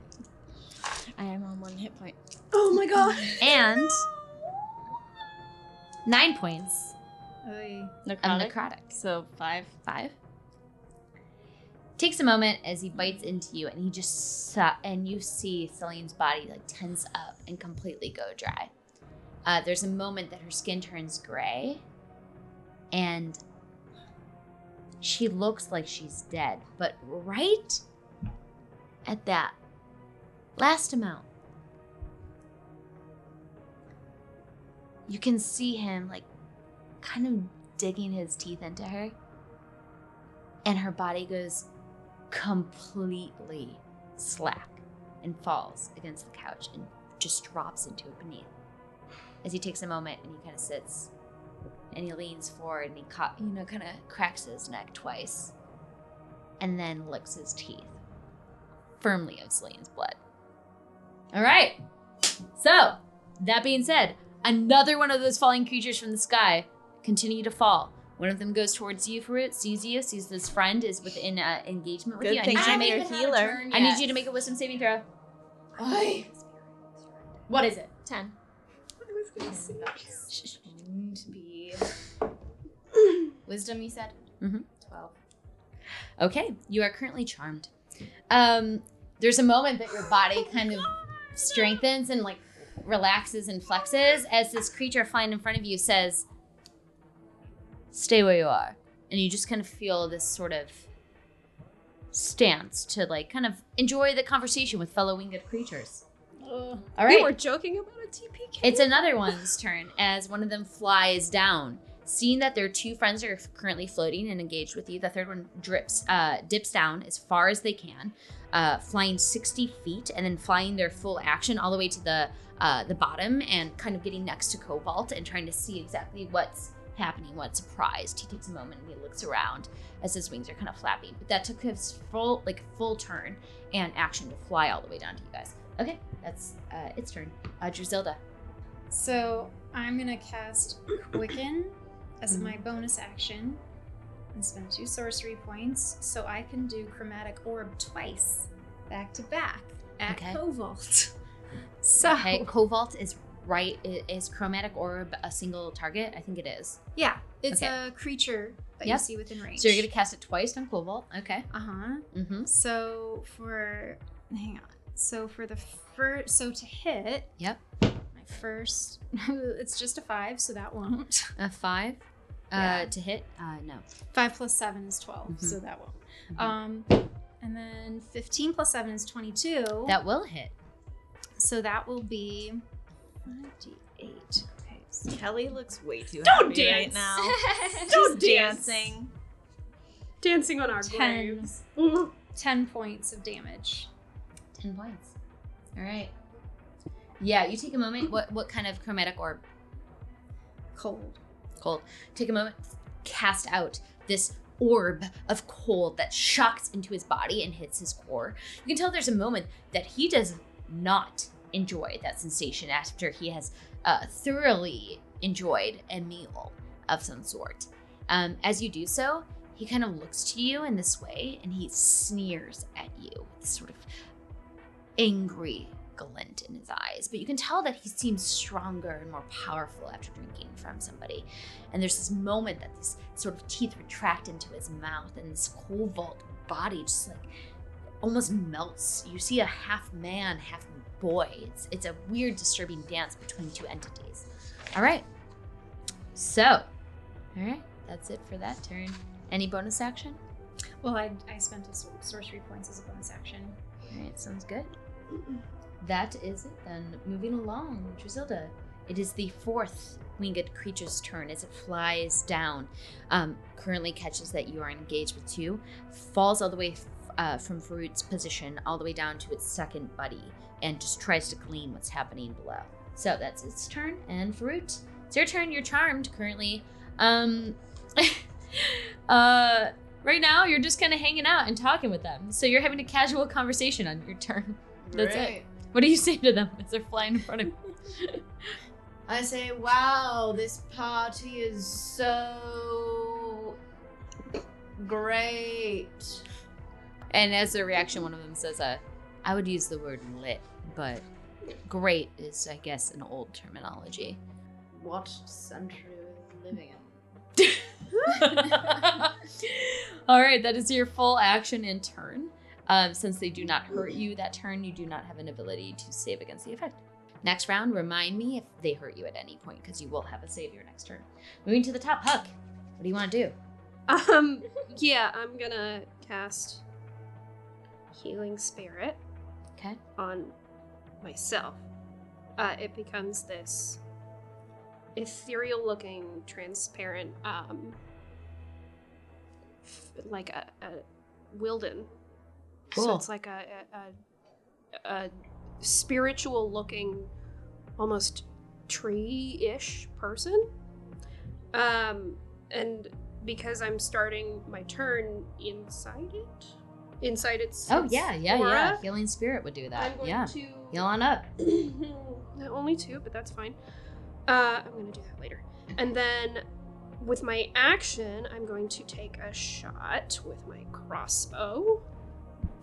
Speaker 7: I am on one hit point.
Speaker 6: Oh my god.
Speaker 3: And nine points of
Speaker 7: Necrotic.
Speaker 3: necrotic.
Speaker 7: So five.
Speaker 3: Five. Takes a moment as he bites into you, and he just su- and you see Celine's body like tense up and completely go dry. Uh, there's a moment that her skin turns gray, and she looks like she's dead. But right at that last amount, you can see him like kind of digging his teeth into her and her body goes completely slack and falls against the couch and just drops into it beneath. As he takes a moment and he kind of sits and he leans forward and he ca- you know kind of cracks his neck twice and then licks his teeth firmly of Celine's blood. All right. So, that being said, another one of those falling creatures from the sky continue to fall. One of them goes towards you, Farouk, sees you, sees this friend is within uh, engagement with
Speaker 7: Good
Speaker 3: you. I
Speaker 7: thing
Speaker 3: need you to
Speaker 7: I'm
Speaker 3: make-
Speaker 7: your healer.
Speaker 3: I need you to make a wisdom saving throw. What is it?
Speaker 11: Ten.
Speaker 12: going to be wisdom. You said
Speaker 3: Mhm.
Speaker 12: twelve.
Speaker 3: Okay, you are currently charmed. Um, there's a moment that your body kind of strengthens and like relaxes and flexes as this creature flying in front of you says, "Stay where you are," and you just kind of feel this sort of stance to like kind of enjoy the conversation with fellow winged creatures. All right.
Speaker 6: We were joking about a TPK.
Speaker 3: It's another one's turn as one of them flies down. Seeing that their two friends are currently floating and engaged with you, the third one drips, uh, dips down as far as they can, uh, flying 60 feet and then flying their full action all the way to the uh, the bottom and kind of getting next to Cobalt and trying to see exactly what's happening, what's surprised. He takes a moment and he looks around as his wings are kind of flapping. But that took his full like full turn and action to fly all the way down to you guys. Okay, that's uh, its turn. Uh, Drizelda.
Speaker 10: So I'm gonna cast Quicken as my bonus action, and spend two sorcery points, so I can do Chromatic Orb twice, back to back, at
Speaker 3: Okay.
Speaker 10: Cobalt. So,
Speaker 3: Okay, Cobalt is right. i- Is Chromatic Orb a single target? I think it is.
Speaker 10: yeah, it's
Speaker 3: Okay.
Speaker 10: a creature that you
Speaker 3: Yep.
Speaker 10: see within range.
Speaker 3: So you're gonna cast it twice on Cobalt. Okay.
Speaker 10: Uh huh.
Speaker 3: Mm-hmm.
Speaker 10: So for hang on. So for the first, so to hit.
Speaker 3: Yep.
Speaker 10: My first. it's just a five, so that won't.
Speaker 3: A five.
Speaker 10: Yeah.
Speaker 3: Uh, to hit? Uh, no.
Speaker 10: Five plus seven is 12
Speaker 6: Mm-hmm.
Speaker 10: so that won't.
Speaker 3: Mhm.
Speaker 10: Um, and then fifteen plus seven is twenty-two.
Speaker 3: That will hit.
Speaker 10: so that will be five d eight. Okay. So
Speaker 7: Kelly looks way too
Speaker 6: Don't
Speaker 7: happy
Speaker 6: dance.
Speaker 7: right now.
Speaker 6: Don't
Speaker 7: She's
Speaker 6: dance.
Speaker 7: dancing.
Speaker 6: Dancing on our
Speaker 10: Ten.
Speaker 6: graves. Mm.
Speaker 10: ten points of damage.
Speaker 3: Ten points. All right. Yeah, you take a moment. What what kind of chromatic orb?
Speaker 10: Cold.
Speaker 3: Cold. Take a moment. Cast out this orb of cold that shocks into his body and hits his core. You can tell there's a moment that he does not enjoy that sensation after he has uh, thoroughly enjoyed a meal of some sort. Um, as you do so, he kind of looks to you in this way and he sneers at you with this sort of angry glint in his eyes. But you can tell that he seems stronger and more powerful after drinking from somebody. And there's this moment that these sort of teeth retract into his mouth and this cobalt body just like almost melts. You see a half man, half boy. It's, it's a weird, disturbing dance between two entities. All right. So, all right. That's it for that turn. Any bonus action?
Speaker 10: Well, I, I spent a sor- sorcery points as a bonus action.
Speaker 3: All right, sounds good. That is it then. Moving along, Drizilda. It is the fourth winged creature's turn as it flies down. Um, currently catches that you are engaged with two, falls all the way f- uh, from Farout's position all the way down to its second buddy, and just tries to glean what's happening below. So that's its turn, and Farout, it's your turn. You're charmed currently. Um, uh, right now you're just kind of hanging out and talking with them so you're having a casual conversation on your turn That's it. what do you say to them as they're flying in front of you
Speaker 12: I say, wow, this party is so great.
Speaker 3: and as a reaction one of them says uh, i would use the word lit but great is i guess an old terminology
Speaker 12: What century are we living in?
Speaker 3: all right that is your full action and turn um, since they do not hurt you that turn you do not have an ability to save against the effect next round remind me if they hurt you at any point because you will have a save your next turn moving to the top huck what do you want to do
Speaker 6: Um, yeah, I'm gonna cast Healing Spirit
Speaker 3: okay
Speaker 6: on myself. Uh, it becomes this ethereal looking, transparent, um, f- like a, a Wilden. So
Speaker 3: Cool.
Speaker 6: it's like a, a, a, a spiritual looking, almost tree ish person. Um, and because I'm starting my turn inside it, inside its.
Speaker 3: Oh
Speaker 6: its
Speaker 3: yeah, yeah,
Speaker 6: aura,
Speaker 3: yeah. Healing spirit would do that.
Speaker 6: I'm going
Speaker 3: yeah.
Speaker 6: to.
Speaker 3: Heal on up.
Speaker 6: Only two, but that's fine. Uh, I'm gonna do that later. And then, with my action, I'm going to take a shot with my crossbow,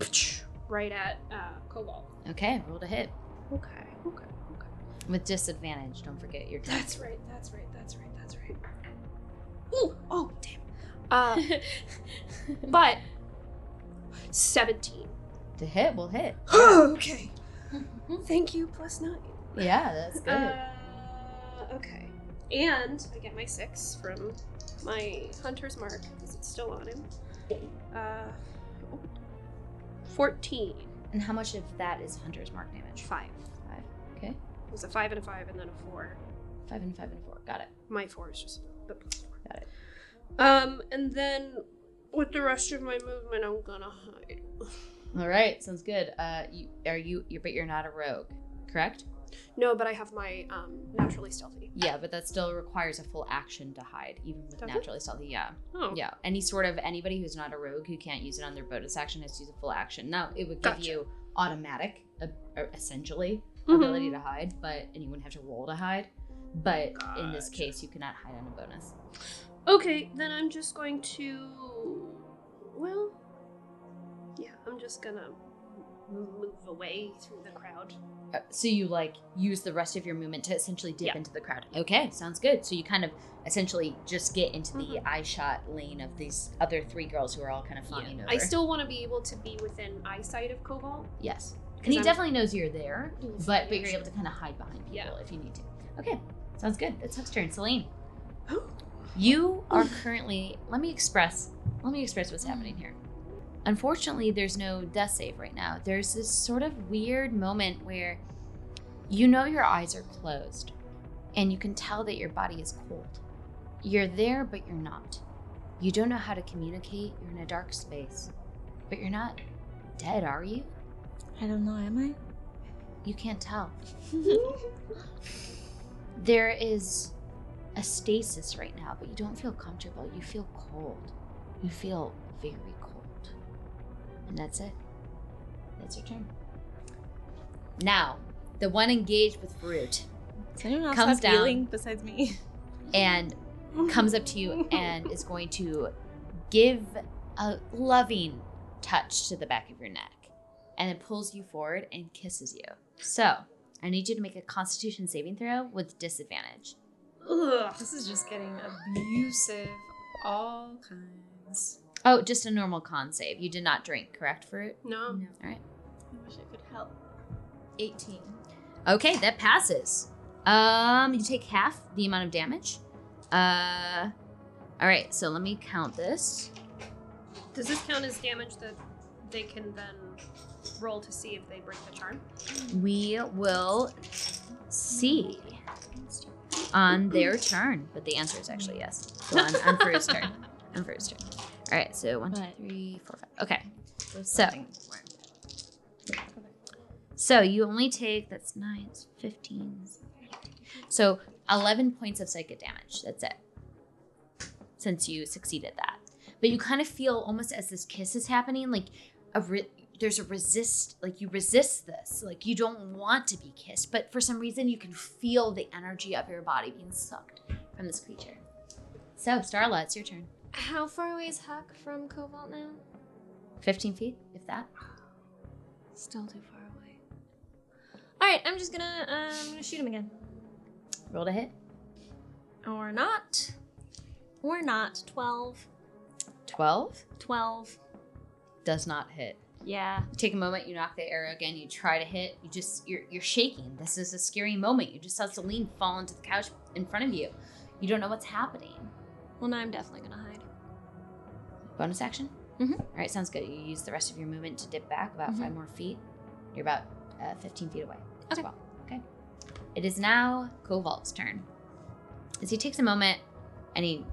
Speaker 6: right at uh, Cobalt.
Speaker 3: Okay, roll to hit
Speaker 6: Okay, okay, okay.
Speaker 3: with disadvantage. Don't forget your turn.
Speaker 6: That's right. That's right. That's right. That's right. Ooh, oh damn. Uh, but seventeen.
Speaker 3: To hit will hit.
Speaker 6: okay. Thank you. Plus nine.
Speaker 3: Yeah, that's good.
Speaker 6: Uh, okay. And I get my six from my hunter's mark because it's still on him. Uh, oh. 14.
Speaker 3: and how much of that is hunter's mark damage?
Speaker 6: Five.
Speaker 3: Five. Okay.
Speaker 6: It was a five and a five and then a four.
Speaker 3: Five and five and four. Got it.
Speaker 6: My four is just the plus four.
Speaker 3: Got it.
Speaker 6: Um, and then with the rest of my movement, I'm gonna hide.
Speaker 3: All right, sounds good. Uh, you are you? you but you're not a rogue, correct?
Speaker 6: No, but I have my um, naturally stealthy.
Speaker 3: Yeah, but that still requires a full action to hide, even with
Speaker 6: Does it?
Speaker 3: naturally stealthy. Yeah.
Speaker 6: Oh,
Speaker 3: Yeah, any sort of anybody who's not a rogue who can't use it on their bonus action has to use a full action. Now it would give
Speaker 6: Gotcha.
Speaker 3: you automatic, uh, or essentially,
Speaker 6: Mhm.
Speaker 3: ability to hide, but and you wouldn't have to roll to hide. But in this case, you cannot hide on a bonus.
Speaker 6: Okay, then I'm just going to. Well. Yeah, I'm just gonna m- move away through the crowd.
Speaker 3: Uh, So you like use the rest of your movement to essentially dip
Speaker 6: Yeah.
Speaker 3: into the crowd. Okay, sounds good. So you kind of essentially just get into the
Speaker 6: Mhm.
Speaker 3: eye shot lane of these other three girls who are all kind of flying over.
Speaker 6: I still want to be able to be within eyesight of Cobalt.
Speaker 3: yes,
Speaker 6: 'cause
Speaker 3: and he
Speaker 6: I'm-
Speaker 3: definitely knows you're there,
Speaker 6: Mm,
Speaker 3: but but
Speaker 6: yeah,
Speaker 3: you're
Speaker 6: sure.
Speaker 3: able to kind of hide behind people
Speaker 6: Yeah.
Speaker 3: if you need to. Okay, sounds good. That's Huck's turn. Celine, you are currently. Let me express. Let me express what's happening here. Unfortunately, there's no death save right now. There's this sort of weird moment where you know your eyes are closed and you can tell that your body is cold. You're there, but you're not. You don't know how to communicate. You're in a dark space. But you're not dead, are you?
Speaker 7: I don't know, am I?
Speaker 3: You can't tell. there is a stasis right now, but you don't feel comfortable. You feel cold. You feel very cold. And that's it. That's your turn. Now, the one engaged with Brute
Speaker 7: Does anyone else
Speaker 3: Comes
Speaker 7: have
Speaker 3: down.
Speaker 7: healing besides me?
Speaker 3: and comes up to you and is going to give a loving touch to the back of your neck and it pulls you forward and kisses you. So, I need you to make a constitution saving throw with disadvantage.
Speaker 6: Ugh.
Speaker 7: This is just getting a
Speaker 6: Abusive, all kinds.
Speaker 3: Oh, just a normal con save. You did not drink, correct, Fruit?
Speaker 6: No.
Speaker 11: I wish I could help.
Speaker 7: 18.
Speaker 3: Okay, that passes. Um, you take half the amount of damage. Uh, all right. So let me count this.
Speaker 6: Does this count as damage that they can then roll to see if they break the charm?
Speaker 3: We will see on their turn, but the answer is actually yes. So on, on Fru's turn. On Fru's turn. All right. So one, two,
Speaker 7: But-
Speaker 3: three, four, five. Okay.
Speaker 7: There's
Speaker 3: So-
Speaker 7: something more.
Speaker 3: So you only take that's nine, it's 15. So 11 points of psychic damage. That's it. Since you succeeded that. But you kind of feel almost as this kiss is happening, like a re- there's a resist, like you resist this. Like you don't want to be kissed, but for some reason you can feel the energy of your body being sucked from this creature. So, Starla, it's your turn.
Speaker 11: How far away is Huck from Cobalt now?
Speaker 3: 15 feet, if that.
Speaker 11: Still too far away. All right, I'm just gonna um gonna shoot him again,
Speaker 3: Roll to hit.
Speaker 11: or not, or not. Twelve.
Speaker 3: 12
Speaker 11: Twelve.
Speaker 3: does not hit.
Speaker 11: Yeah.
Speaker 3: You take a moment, you knock the arrow again, you try to hit, you just you're you're shaking. This is a scary moment. You just saw Celine fall into the couch in front of you. You don't know what's happening.
Speaker 11: Well, now I'm definitely gonna hide.
Speaker 3: Bonus action?
Speaker 11: Mhm.
Speaker 3: All right, sounds good. You use the rest of your movement to dip back about
Speaker 11: Mhm.
Speaker 3: five more feet. You're about uh, 15 feet away as
Speaker 11: Okay.
Speaker 3: well. Okay. It is now Koval's turn. As he takes a moment and he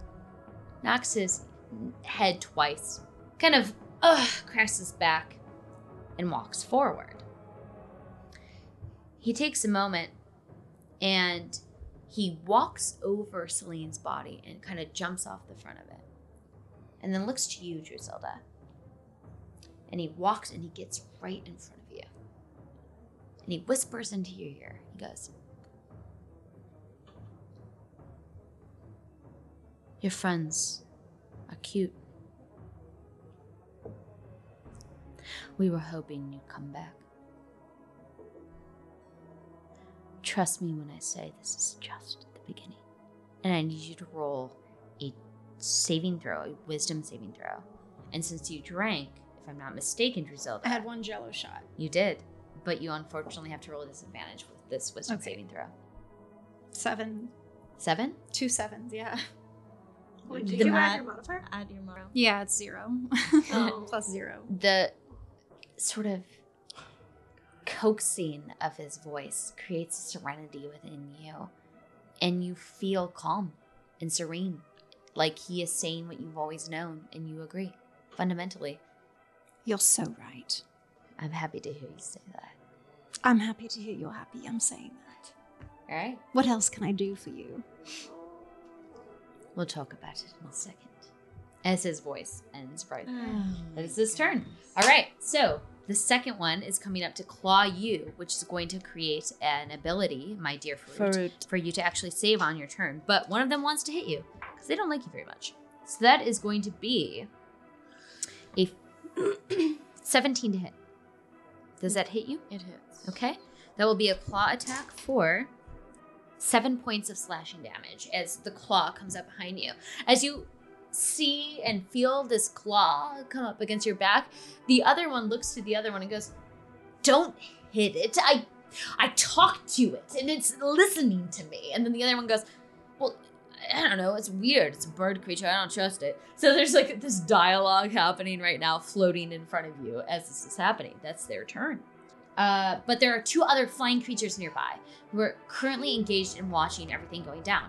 Speaker 3: knocks his head twice, kind of ugh, cracks his back, and walks forward. He takes a moment and he walks over Celine's body and kind of jumps off the front of it and then looks to you, Drusilda. And he walks and he gets right in front of you. And he whispers into your ear. He goes, Your friends are cute. We were hoping you'd come back. Trust me when I say this is just the beginning. And I need you to roll a saving throw, a wisdom saving throw. And since you drank, if I'm not mistaken, Drizelda,
Speaker 10: I had one jello shot.
Speaker 3: you did. But you unfortunately have to roll a disadvantage with this wisdom
Speaker 10: Okay.
Speaker 3: saving throw.
Speaker 10: Seven.
Speaker 3: Seven?
Speaker 10: Two sevens, yeah.
Speaker 6: Wait, did
Speaker 7: You
Speaker 6: you add
Speaker 7: add-
Speaker 6: your modifier?
Speaker 7: Add your morrow.
Speaker 10: Yeah, it's zero.
Speaker 6: Oh.
Speaker 10: Plus zero.
Speaker 3: The sort of coaxing of his voice creates serenity within you. And you feel calm and serene. Like he is saying what you've always known and you agree fundamentally.
Speaker 10: You're so right.
Speaker 3: I'm happy to hear you say that.
Speaker 10: I'm happy to hear you're happy. I'm saying that.
Speaker 3: All right.
Speaker 10: What else can I do for you?
Speaker 3: We'll talk about it in a second. As his voice ends right there.
Speaker 7: That
Speaker 3: That is his turn. All right, so the second one is coming up to claw you, which is going to create an ability, my dear fruit, for you to actually save on your turn. But one of them wants to hit you because because they don't like you very much. So that is going to be a 17 to hit. Does that hit you?
Speaker 7: It hits.
Speaker 3: Okay. That will be a claw attack for seven points of slashing damage as the claw comes up behind you. As you see and feel this claw come up against your back, the other one looks to the other one and goes, Don't hit it. I I talked to it and it's listening to me. And then the other one goes, Well, I don't know, it's weird. It's a bird creature. I don't trust it. So there's like this dialogue happening right now, floating in front of you as this is happening. That's their turn. Uh, but there are two other flying creatures nearby who are currently engaged in watching everything going down.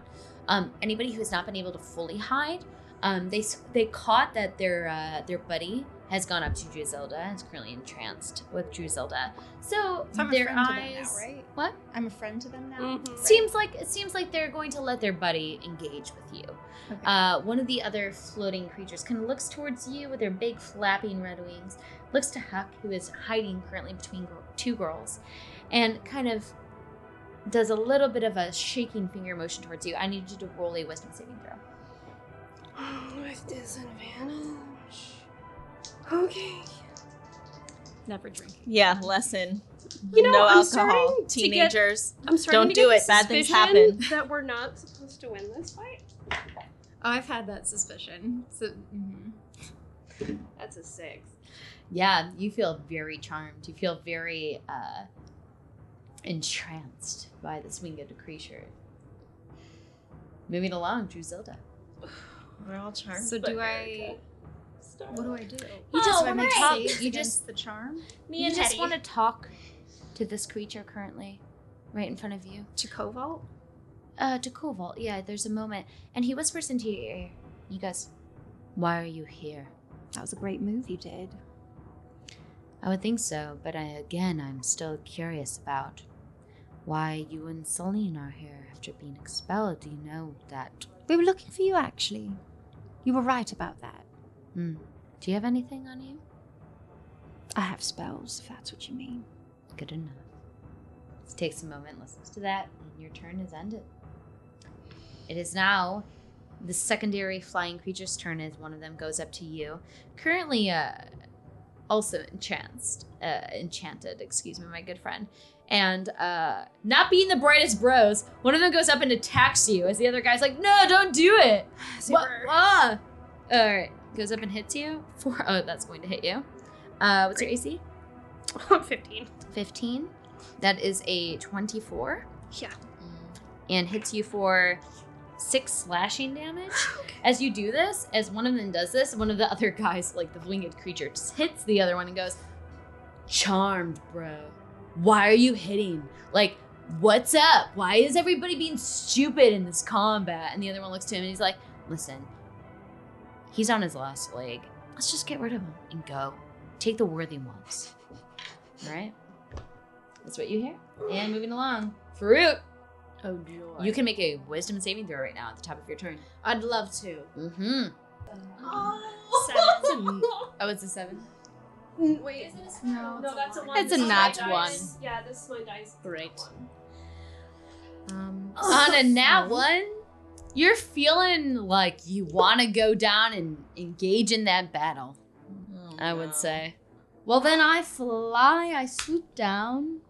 Speaker 3: Um, anybody who has not been able to fully hide, um, they s- they caught that their uh, their buddy has gone up to Drusilda and is currently entranced with Drusilda. So
Speaker 10: So I'm a
Speaker 3: their
Speaker 10: friend to them now,
Speaker 3: eyes,
Speaker 10: right?
Speaker 3: what
Speaker 10: I'm a friend to them now.
Speaker 6: Mhm.
Speaker 3: seems like it seems like they're going to let their buddy engage with you.
Speaker 10: Okay.
Speaker 3: Uh, one of the other floating creatures kind of looks towards you with their big flapping red wings, looks to Huck, who is hiding currently between gir- two girls, and kind of does a little bit of a shaking finger motion towards you. I need you to roll a wisdom saving throw.
Speaker 6: With disadvantage. Okay.
Speaker 10: Never drinking.
Speaker 7: Yeah, lesson.
Speaker 6: You know,
Speaker 7: no
Speaker 6: I'm
Speaker 7: alcohol.
Speaker 6: starting to get-
Speaker 7: Teenagers.
Speaker 6: I'm starting
Speaker 7: Don't
Speaker 6: to
Speaker 7: do
Speaker 6: get
Speaker 7: it, bad things
Speaker 6: suspicion
Speaker 7: happen.
Speaker 6: That we're not supposed to win this fight.
Speaker 10: I've had that suspicion. So, mhm.
Speaker 12: That's a six.
Speaker 3: Yeah, you feel very charmed. You feel very uh, entranced by this winged creature. Moving along, Druzilda.
Speaker 7: We're all charmed.
Speaker 10: so do I? What do I do?
Speaker 3: You just
Speaker 10: do I
Speaker 3: wanna
Speaker 10: make
Speaker 3: talk-
Speaker 10: saves
Speaker 3: you
Speaker 10: against the charm
Speaker 11: Me
Speaker 3: you
Speaker 11: and
Speaker 3: just
Speaker 11: Hetty.
Speaker 3: want to talk to this creature currently, right in front of you.
Speaker 6: To Koval?
Speaker 3: Uh, to Koval, yeah, there's a moment. And he whispers into your ear. He goes, Why are you here?
Speaker 10: That was a great move you did.
Speaker 3: I would think so, but I, again, I'm still curious about why you and Celine are here after being expelled. Do you know that?
Speaker 10: We were looking for you, actually. You were right about that.
Speaker 3: Hmm. Do you have anything on you?
Speaker 10: I have spells, if that's what you mean.
Speaker 3: Good enough. Takes a moment, listens to that, and your turn is ended. It is now the secondary flying creature's turn as one of them goes up to you. Currently, uh, also entranced, uh, enchanted, excuse me, my good friend. And uh, not being the brightest bros, one of them goes up and attacks you as the other guy's like, no, don't do it. What?
Speaker 11: Super.
Speaker 3: Ah! All right. Goes up and hits you. Four oh that's going to hit you. Uh, what's your AC?
Speaker 6: 15.
Speaker 3: 15. That is a 24
Speaker 6: Yeah.
Speaker 3: and hits you for six slashing damage. As you do this, as one of them does this, one of the other guys, like the winged creature, just hits the other one and goes, Charmed, bro. Why are you hitting? Like, what's up? Why is everybody being stupid in this combat? And the other one looks to him and he's like, Listen, he's on his last leg. Let's just get rid of him and go. Take the worthy ones. All right? That's what you hear. And moving along, Farouk.
Speaker 12: Oh joy.
Speaker 3: You can make a wisdom saving throw right now at the top of your turn.
Speaker 12: I'd love to.
Speaker 3: Mm-hmm.
Speaker 11: Seven.
Speaker 3: Oh, it's a seven.
Speaker 6: Mm, Wait,
Speaker 11: Isn't this- no,
Speaker 10: No, it's a
Speaker 11: that's a
Speaker 10: one.
Speaker 11: one.
Speaker 1: It's a
Speaker 11: This is
Speaker 1: nat
Speaker 11: my
Speaker 1: one.
Speaker 11: dice. Yeah, this is my dice.
Speaker 1: Great.
Speaker 10: Um,
Speaker 3: On a nat one, you're feeling like you want to go down and engage in that battle.
Speaker 7: Oh,
Speaker 3: I would
Speaker 7: no.
Speaker 3: say. Well, then I fly, I swoop down,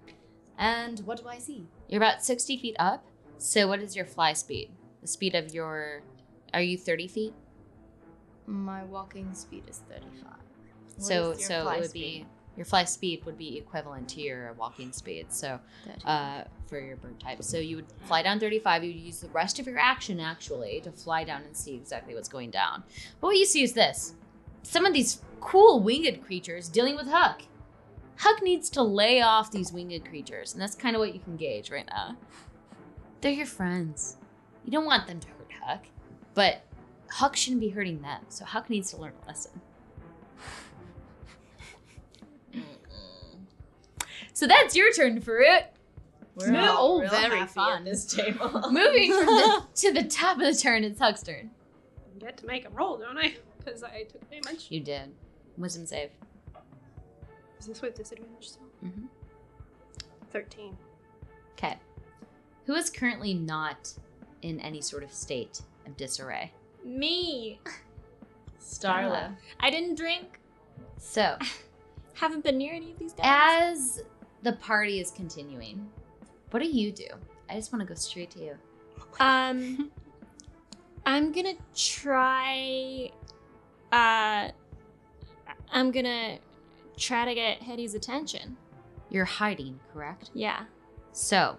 Speaker 3: and what do I see? You're about 60 feet up. So, what is your fly speed? The speed of your. Are you 30 feet?
Speaker 12: My walking speed is 35.
Speaker 3: so,
Speaker 7: is your
Speaker 3: so
Speaker 7: fly
Speaker 3: it would be.
Speaker 7: speed?
Speaker 3: Your fly speed would be equivalent to your walking speed. So, uh, for your bird type. So you would fly down 35. You'd use the rest of your action actually to fly down and see exactly what's going down. But what you see is this: some of these cool winged creatures dealing with Huck. Huck needs to lay off these winged creatures, and that's kind of what you can gauge right now. They're your friends. You don't want them to hurt Huck, but Huck shouldn't be hurting them. So Huck needs to learn a lesson.
Speaker 7: Mm-mm.
Speaker 3: So that's your turn, Farouk.
Speaker 7: We're
Speaker 3: No,
Speaker 7: all real
Speaker 3: very
Speaker 7: happy
Speaker 3: fun.
Speaker 7: at this table.
Speaker 3: Moving from the, to the top of the turn, it's Huck's turn.
Speaker 6: I get to make a roll, don't I? Because I took damage.
Speaker 3: You did. Wisdom save.
Speaker 6: Is this with disadvantage still?
Speaker 3: Mhm.
Speaker 6: 13.
Speaker 3: Okay. Who is currently not in any sort of state of disarray?
Speaker 11: Me.
Speaker 7: Starla.
Speaker 11: I didn't drink.
Speaker 3: So,
Speaker 11: Haven't been near any of these guys.
Speaker 3: as the party is continuing, what do you do? I just want to go straight to you.
Speaker 11: um, I'm gonna try. Uh, I'm gonna try to get Hetty's attention.
Speaker 3: You're hiding, correct?
Speaker 11: Yeah.
Speaker 3: So,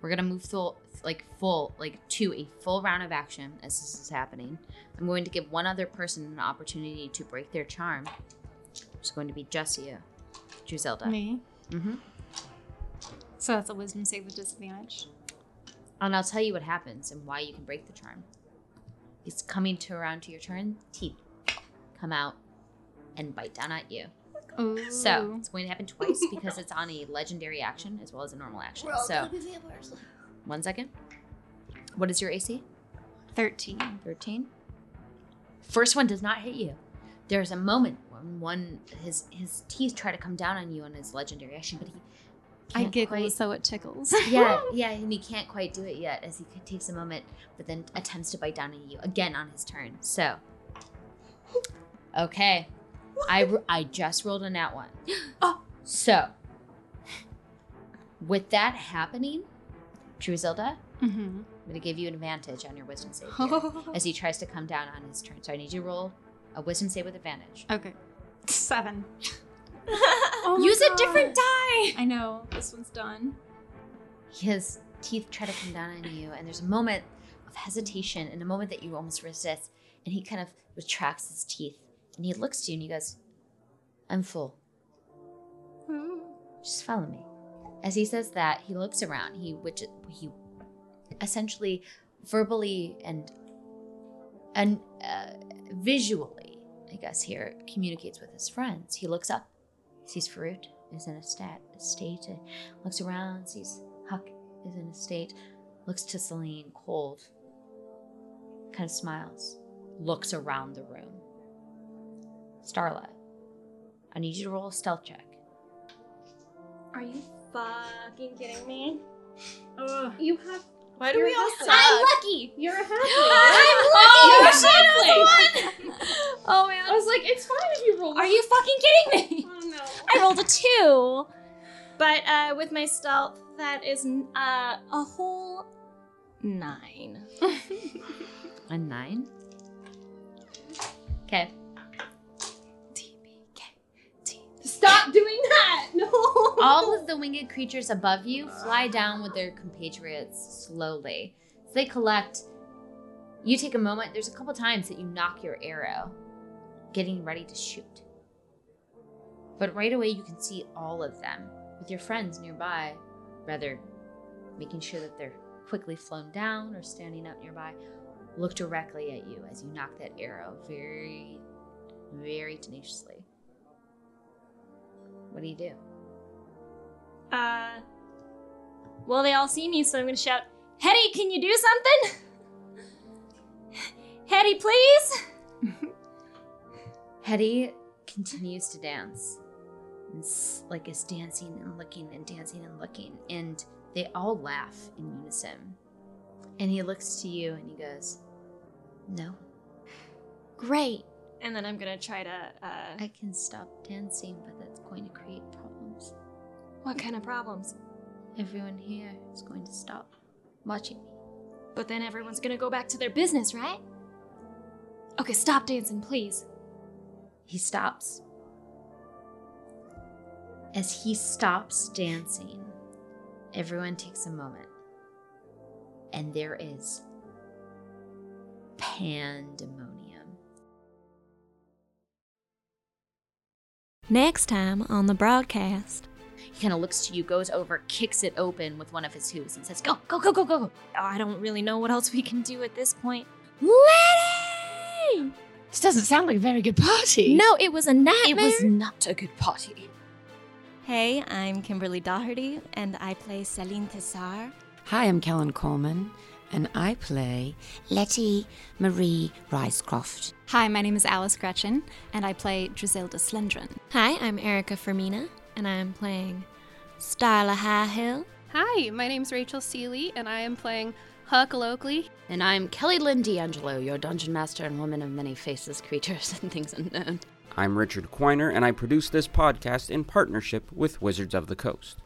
Speaker 3: we're gonna move full, like full, like to a full round of action as this is happening. I'm going to give one other person an opportunity to break their charm. It's going to be Jessia, Druselda.
Speaker 10: Me.
Speaker 3: Mm-hmm.
Speaker 10: So that's a wisdom save with disadvantage.
Speaker 3: And I'll tell you what happens and why you can break the charm. It's coming to around to your turn. Teeth come out and bite down at you.
Speaker 10: Ooh.
Speaker 3: So it's going to happen twice because it's on a legendary action as well as a normal action. So one second. What is your AC?
Speaker 10: 13.
Speaker 3: 13. First one does not hit you. There's a moment when one his his teeth try to come down on you on his legendary action, but he
Speaker 10: I
Speaker 3: can't
Speaker 10: giggle
Speaker 3: quite-
Speaker 10: so it tickles.
Speaker 3: yeah, yeah, and he can't quite do it yet as he c- takes a moment, but then attempts to bite down on you again on his turn. So, okay, I r- I just rolled a nat one. So, with that happening, Druzilda,
Speaker 10: hmm
Speaker 3: I'm gonna give you an advantage on your wisdom save here, as he tries to come down on his turn. So I need you to roll a wisdom save with advantage.
Speaker 10: Okay. Seven. Oh
Speaker 3: Use a different
Speaker 10: die. I know. This one's done.
Speaker 3: his teeth try to come down on you, and there's a moment of hesitation and a moment that you almost resist, and he kind of retracts his teeth and he looks to you and he goes, I'm full. Just follow me. As he says that, he looks around. He which he essentially verbally and and uh, visually, I guess here communicates with his friends. He looks up, sees Farouk is in a stat state, and looks around, sees Huck is in a state, looks to Celine cold, kind of smiles, looks around the room. Starla, I need you to roll a stealth check.
Speaker 11: Are you fucking kidding me?
Speaker 6: You have.
Speaker 7: Why
Speaker 6: do we all
Speaker 11: I'm lucky.
Speaker 6: You're a halfling. Oh,
Speaker 11: I'm lucky. Oh, oh man.
Speaker 6: I was like, it's fine if you roll.
Speaker 11: Are you fucking kidding me?
Speaker 6: Oh no.
Speaker 11: I rolled a two. But uh, with my stealth, that is n- uh, a whole nine.
Speaker 3: A nine. Okay.
Speaker 6: Stop doing that. No.
Speaker 3: All of the winged creatures above you fly down with their compatriots slowly. So they collect. You take a moment. There's a couple times that you knock your arrow, getting ready to shoot. But right away, you can see all of them with your friends nearby, rather making sure that they're quickly flown down or standing up nearby. Look directly at you as you knock that arrow very, very tenaciously. What do you do?
Speaker 11: Uh, well, they all see me, so I'm gonna shout, Hetty, can you do something? Hetty, please?
Speaker 3: Hetty continues to dance. And s- like is dancing and looking and dancing and looking. And they all laugh in unison. And he looks to you and he goes, No,
Speaker 11: Great. And then I'm gonna try to, uh,
Speaker 3: I can stop dancing, but that's going to create problems.
Speaker 11: what kind of problems?
Speaker 3: Everyone here is going to stop watching me.
Speaker 11: But then everyone's gonna go back to their business, right? Okay, stop dancing, please.
Speaker 3: He stops. As he stops dancing, everyone takes a moment. And there is pandemonium.
Speaker 13: Next time on the broadcast.
Speaker 3: He kind of looks to you, goes over, kicks it open with one of his hooves, and says, Go, go, go, go, go. go."
Speaker 11: Oh, I don't really know what else we can do at this point.
Speaker 13: Letty!
Speaker 1: This doesn't sound like a very good party.
Speaker 11: No, it was a nightmare.
Speaker 1: it was not a good party.
Speaker 13: Hey, I'm Kimberly Doherty, and I play Celine Tessar.
Speaker 14: Hi, I'm Kellen Coleman, and I play.
Speaker 2: Letty Marie Ricecroft.
Speaker 10: Hi, my name is Alice Gretchen, and I play Drizilda Slendron.
Speaker 13: Hi, I'm Erica Fermina, and I'm playing Starla Highhill.
Speaker 12: Hi, my name's Rachel Seeley, and I am playing
Speaker 15: Huckle Oakley.
Speaker 1: And I'm Kelly Lynn D'Angelo, your dungeon master and woman of many faces, creatures, and things unknown.
Speaker 16: I'm Richard Quiner, and I produce this podcast in partnership with Wizards of the Coast.